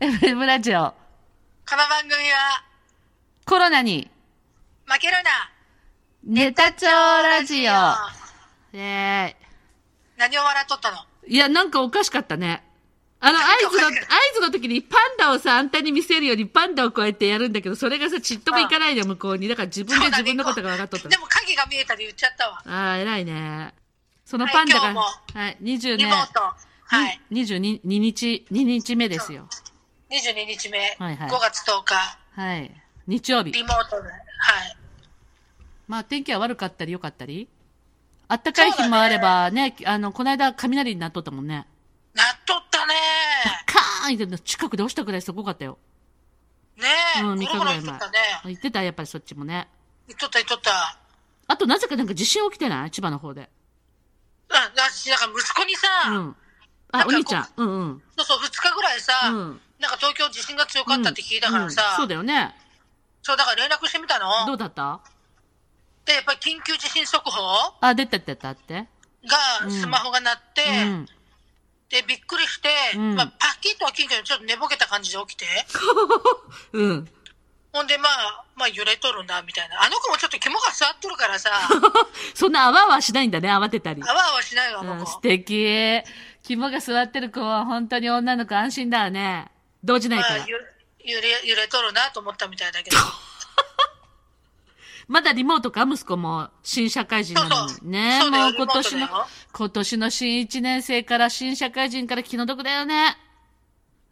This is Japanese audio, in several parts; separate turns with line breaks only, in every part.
FM ラジオ。
この番組は、
コロナに、
負けるな
ネタ帳ラジオ。え
何を笑っとったの
ー、いや、なんかおかしかったね。あの、合図の、合図の時にパンダをさ、あんたに見せるようにパンダをこうやってやるんだけど、それがさ、ちっともいかないで向こうに。だから自分で
そうだ
自
ね
分のことが分かっとった
で。も影が見えたで言っちゃったわ。
ああ、偉いね。そのパンダ
はい
が、
今
はい、20
リ
ね
モ、ート。はい。
に22日、2日目ですよ。
22日目、
はいはい
5月10日、
はい。日曜日。
リモートで。はい。
まあ天気は悪かったり良かったり。あったかい日もあればね、あの、この間雷になっとったもんね。
なっとったね
カーンっての近くで落ちたくらいすごかったよ。
ねえ、
うん、
ゴロ
3
ゴ
日ぐ
ロ
ら
言
い
っと
前
ったね。。
行ってた、やっぱりそっちもね。
言っとった言っとった。
あと、なぜかなんか地震起きてない千葉の方で。
うん、だし、なんか息子にさ、
うん。
なん
あ、
かこ
お
う
兄ちゃん。うんうん。
そうそう、2日ぐらいさ、
うん
なんか東京地震が強かったって聞いたからさ、
うんうんそうだよね。
そうだから連絡してみたの。
どうだった
で、やっぱり緊急地震速報
あ、出てってたって。う
が、
ん
スマホが鳴って、
うん。
で、びっくりして、
うん
まあ、パキッとは聞いたけど、ちょっと寝ぼけた感じで起きて、
うん。
ほんで、まあ、まあ、揺れとるな、みたいな。あの子もちょっと肝が座っとるからさ、
そんなあわあわしないんだね、慌てたり。
あわあわしないわ、あ
う
の
ん、素
子。
敵。肝が座ってる子は本当に女の子安心だわね。動じない
ま
か
あ
ら、。
ゆ揺れ、揺れとるなと思ったみたいだ けど。
まだリモートか、息子も新社会人なの
そうそう
に。ね
そうだよ
もう今年
リ
の
モートだよ、
今年の新1年生から新社会人から気の毒だよね。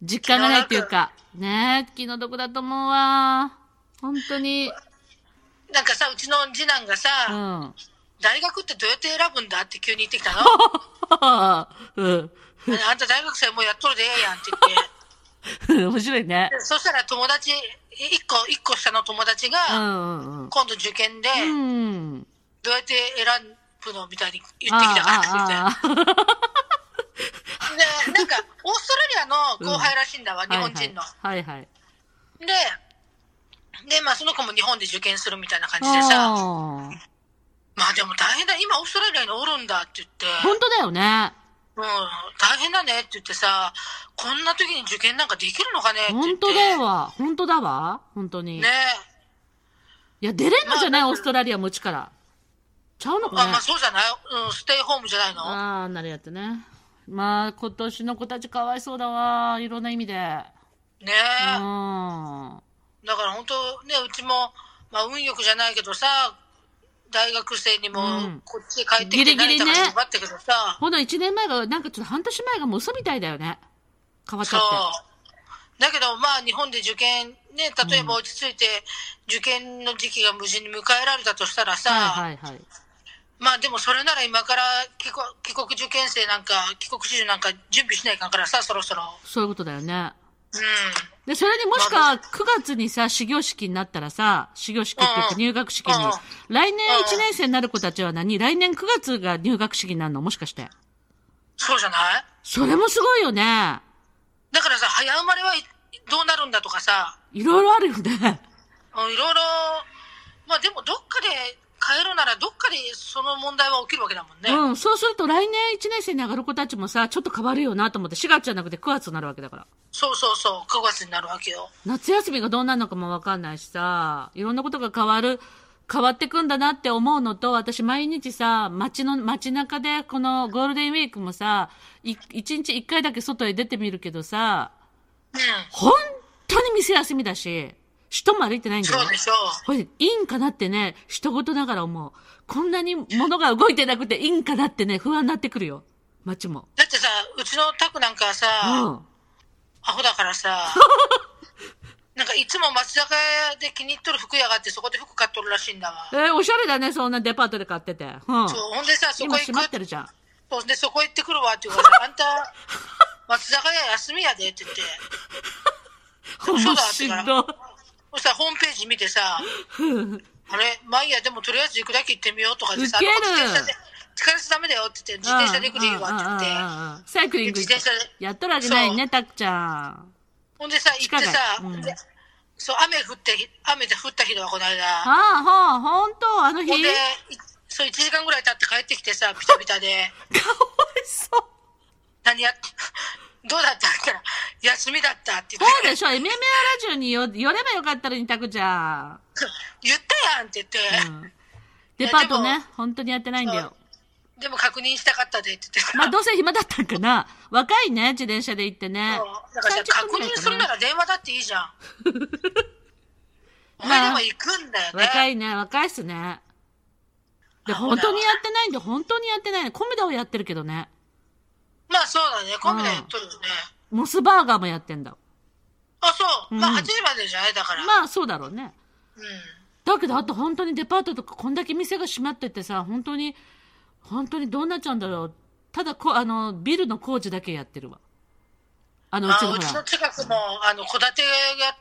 実感がないっていうか。ね気の毒だと思うわ。本当に。
なんかさ、うちの次男がさ、
うん。
大学ってどうやって選ぶんだって急に言ってきたの。
うん。
ああんた大学生もうやっとるでええやんって言って。
面白いね。
でそしたら友達、一個、一個下の友達
うん
が、
うんうん。
今度受験で、
うん。
どうやって選ぶのみたいに言ってきたからって言って。
ああ、ああ。
で、なんか、オーストラリアの後輩らしいんだわ、日本人の。
はいはい。はいはい。
で、で、まあその子も日本で受験するみたいな感じでさ、
ああ。
まあでも大変だ、今オーストラリアにおるんだって言って、
本当だよね。
うん、大変だねって言ってさ、こんな時に受験なんかできるのかねって言って。
本当だわ。本当だわ。本当に。
ね
いや、出れんのじゃない、
まあ
オーストラリアもうちから。ちゃうのか
あ、
ね
まあそうじゃないうん、ステイホームじゃないの
ああ、なるやってね。まあ、今年の子たちかわいそうだわ。いろんな意味で。
ね
う
え。
ん。
だから本当ね、うちも、まあ運よくじゃないけどさ、大学生にも
うん
こっちへ帰ってきて
ギリギリ
成田
ね
から頑張ったけどさ、
ほんの1年前が、なんかちょっと半年前がもう嘘みたいだよね。変わっち
そ
ゃ
う
って。。
だけどまあ日本で受験ね、例えば落ち着いて受験の時期が無事に迎えられたとしたらさ、
はいはいはい。
まあでもそれなら今から帰国帰国受験生なんか、帰国子女なんか準備しないかんからさ、そろそろ。
そういうことだよね。
うん。
で、それにもしか、9月にさ、始業式になったらさ、始業式っていうか
うん
入学式に
うん、
来年1年生になる子たちは何来年9月が入学式になるのもしかして。
そうじゃない
それもすごいよね。
だからさ、早生まれはいどうなるんだとかさ、
いろいろあるよね。
うんいろいろ、まあでもどっかで変えるならどっかでその問題は起きるわけだもんね。
うん、そうすると来年1年生に上がる子たちもさ、ちょっと変わるよなと思って、4月じゃなくて9月になるわけだから。
そうそうそう、9月になるわけよ。
夏休みがどうなるのかもわかんないしさ、いろんなことが変わる、変わってくんだなって思うのと、私毎日さ、街の、街中で、このゴールデンウィークもさ、い一日一回だけ外へ出てみるけどさ、
うん。
本当に店休みだし、人も歩いてないんだよ
そう。でしょう。
これ、いいんかなってね、人事ながら思う。こんなに物が動いてなくていいんかなってね、不安になってくるよ。街も。
だってさ、うちのタクなんかはさ、
うん。
アホだから さ、なんかいつも松坂屋で気に入っとる服屋があってそこで服買っとるらしいんだわ。
えーおしゃれだね、そんなデパートで買ってて。うん。
そう、ほんでさ、そこ
今
行
閉
く
まってるじゃん。
そうで、そこ行ってくるわって言うからさ、あ んた、松坂屋休みやでって言って、
面
そうだ
白い。
そしたらホームページ見てさ、あれ、まあいいや、でもとりあえず行くだけ行ってみようとかでさ、
ウケる
自転車で、疲れてダメだよって言って、自転車で行くでいいわって言って、
うんうんうんうんサイクリング
自転車で
やっとるわけないね、たくちゃん。
ほんでさ、
地
行
下
って
街
さ、
うん
でそう、雨降って、雨で降った日だわ、この
あ
間。
あ、はあ、ほんと、あの日。
ほん
か
で
わい、
いそう、1時間ぐらい経って帰ってきてさ、ビタビタで、
そう。
何やって、どうだったって言ったら、休みだったって言
そう
って、
でしょ ?MMR ラジオによ寄ればよかったら二択じゃ
言ったやんって言って、
ん。うん。デパートね、本当にやってないんだよ。
でも確認したかったでって言って、
まあ、どうせ暇だったんかな。若いね、自転車で行っ てね
そう。だからじゃあ
30
確
分ぐらい
認
か
するなら電話だっていいじゃ ん。お前でも行くんだよね。
若いね、若いっすね。で、
あそうだ
本当にやってないんで、本当にやってないね。コメダをやってるけどね。
まあそうだね。コンビでやっとるよね。
モスバーガーもやってんだ。
あ、そう。ま
うん
あ8時までじゃないだから。
まあ、そうだろうね。
うん。
だけど、あと本当にデパートとか、こんだけ店が閉まっててさ、本当に、本当にどうなっちゃうんだろう。ただこ、あの、ビルの工事だけやってるわ。あの、う
あ
ちのほ
うちの
ら、
近くも、あの、戸建てが、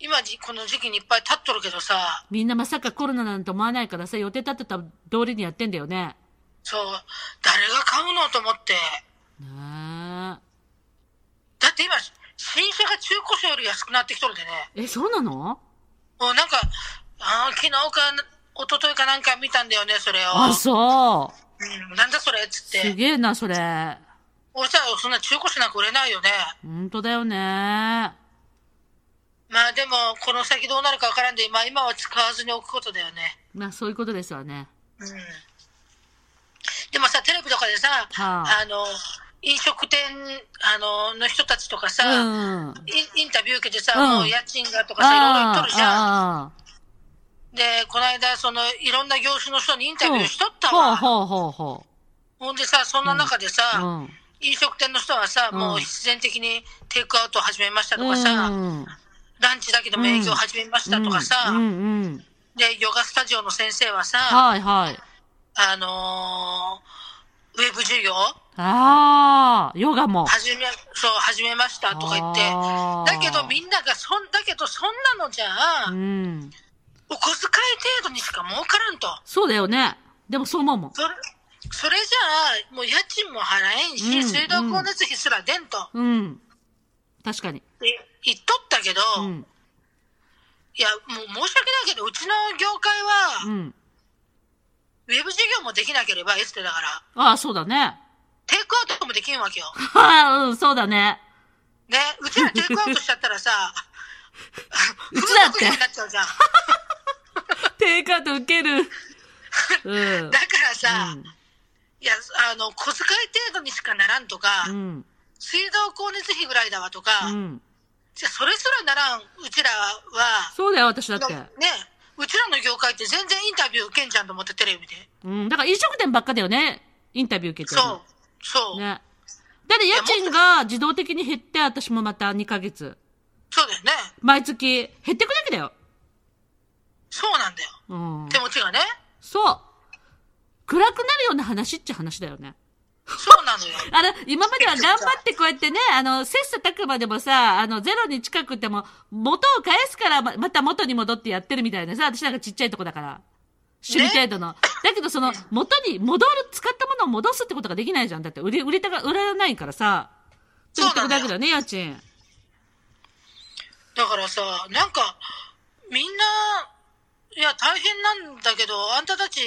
今じ、この時期にいっぱい立っとるけどさ、
みんなまさかコロナなんて思わないからさ、予定立てた通りにやってんだよね。
そう、誰が買うのと思って。
ね
だって今、新車が中古車より安くなってきとるでね。
え。え、そうなの
もうなんか、あー昨日か、一昨日かなんか見たんだよね、それを。
あ、そ
うん、なんだそれっつっ
う。す
て。
げえな、それ。
おしたらそんな中古車なんか売れないよね。
本当だよね。
まあでも、この先どうなるかわからんで、まあ今は使わずに置くことだよね。
まあ、そういうことですわね。
うん。でもさ、テレビとかでさ、
あ
あの、飲食店、あの、の人たちとか
う
さ、
ん。あ
インインタビュー受けてさ、
うん
もう家賃がとかさ、いろいろ言っと
あ
るじゃん。
ああ。
で、この間、その、いろんな業種の人にインタビューしとった
ほう
わ。
ほうほうほ
ほんでさ、そんな中でさ、
う。うん。
飲食店の人はさ、
うん
もう必然的にテイクアウトを始めましたと
う
かさ、
ん。
ランチだけでも営業を始めましたとかさ、
うんうんうん。
で、ヨガスタジオの先生はさ、
はいはい。
あのーウェブ授業
ああ、ヨガも。
始め、そう、始めましたとか言って、
あー
だけどみんながそん、だけどそんなのじゃあ、
うん。
お小遣い程度にしか儲からんと。
そうだよね。でもそう思うもん。
それ、それじゃあ、もう家賃も払えんし、
うん
水道光熱費すら出んと。
うん。確かに。
で言っとったけど、
うん。
いや、もう申し訳ないけど、うちの業界
う
は、
ん。
ウェブ授業もできなければエステだから、
ああ、そうだね。
テイクアウトもできんわけよ。
はい、うん、そう だね。
ね、うちらテイクアウトしちゃったらさ、
うちだ
風
って
俗業になっちゃうじゃん。
テイクアウト受ける。うん。
だからさ、いや、あの、小遣い程度にしかならんとか、
うん。
水道光熱費ぐらいだわとか、
うん。
じゃあそれすらならん、うちらは、
そうだよ、私だっ
の
て。
ね、うちらの業界って全然インタビュー受けんじゃんと思って、テレビで。
うん。だから飲食店ばっかだよね。インタビュー受けてる
そう
の。、
そう、
ね。だって家賃が自動的に減って、私もまた2ヶ月。
そうだよね。
毎月減ってくだけだよ。
そうなんだよ。
うん。
手持ちがね。
そう。暗くなるような話っちゃ話だよね。
そうなのよ。
あれ、今までは頑張ってこうやってね、あの、切磋琢磨でもさ、あの、ゼロに近くても、元を返すからま、また元に戻ってやってるみたいなさ、私なんかちっちゃいとこだから。趣味程度の。だけどその、元に戻る、使ったものを戻すってことができないじゃん。だって、売り、売れたが、売らないからさ。
そうなんだよ
だけだよね、家賃。
だからさ、なんか、みんな、いや、大変なんだけど、あんたたち、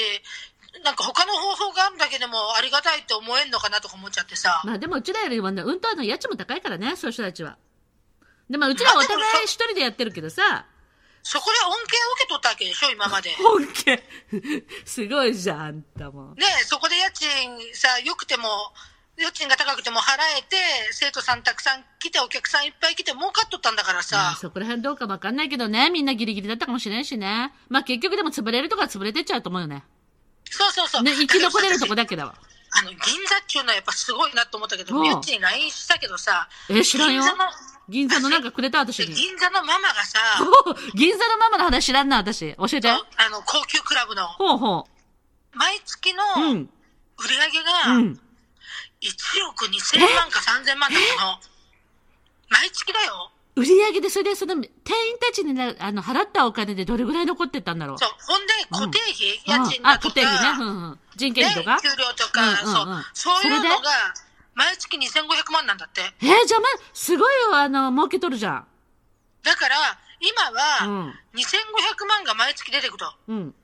なんか他の放送があるだけでもありがたいって思えんのかなとか思っちゃってさ。
まあでも、うちらよりはね、うんとあの、家賃も高いからね、そういう人たちは。で、まあ、うちらはお互い一人でやってるけどさ、
そこで恩恵を受け取ったわけでしょ、今まで。ね
本家。 すごいじゃん、あんたも。
そこで家賃さ、良くても、家賃が高くても払えて、生徒さんたくさん来て、お客さんいっぱい来て、儲かっとったんだから
まあ
さ。
そこら辺どうかわかんないけどね、みんなギリギリだったかもしれんしね。まあ結局でも潰れるとか潰れてっちゃうと思うよね。
そうそうそう。
ね、生き残れるとこ
だ
だけだわ。
からさ。あの、銀座っちゅうのはやっぱすごいなと思ったけど、
うん
ミュッチに LINE したけどさ、
え、知らんよ
銀。座の
銀座のなんかくれた私
で
に。
銀座のママがさ、
ほう 銀座のママの話知らんな、私。教えて。
あの、高級クラブの、
ほうほ
毎月の
う。う
売
ん。
り上げ
う
が、
ん。
1億2000万か3000万だったの。毎月だよ。
売り上げで、それでその、店員たちにな、あの、払ったお金でどれぐらい残ってったんだろう。
そう。ほんで、固定費、
うん
家賃
あ、
だと
固
か、
定費ね。うんうん。人件費とか
ね。給料とか、
うんうんうん
そう。そういう
それ
の
で
が、毎月2500万なんだって。
えー、じゃあま、すごいよ、あの、儲けとるじゃ
だから、今
ん。う
は、
ん。
2500万が毎月出てくと。
うん。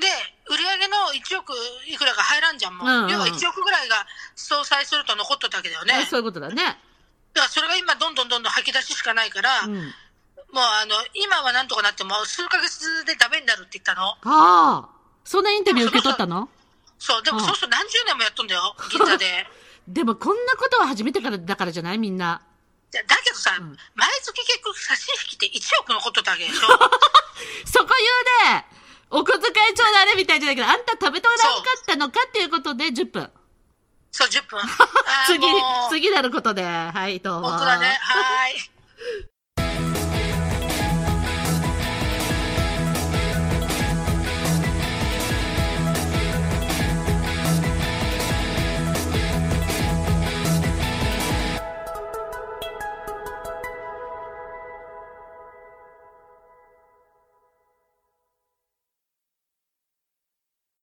で、売り上げの1億いくらが入らんじゃん、もう。
うんうん
要は1億ぐらいが、相殺すると残っとったわけだよね。
あそういうことだね。
だからそれが今どんどんどんどん吐き出ししかないから、
う。
もうんあの、今はなんとかなっても数ヶ月でダメになるって言ったの。
ああ。そんなインタビュー受け取ったの
そう、でも
うん
そうすると何十年もやっとんだ よ、銀座で。い
でもこんなことは初めてからだからじゃないみんな。
やだけどさ、
うん
毎月結局差し引きって1億のことだけでし ょ
そこ言うねお小遣いちょうだいあれみたいじゃないけど、あんた食べとらんかったのかっていうことで10分。
そう、10分。あー
次
もう、
次なることで。はい、どうも。
本当だね。はーい。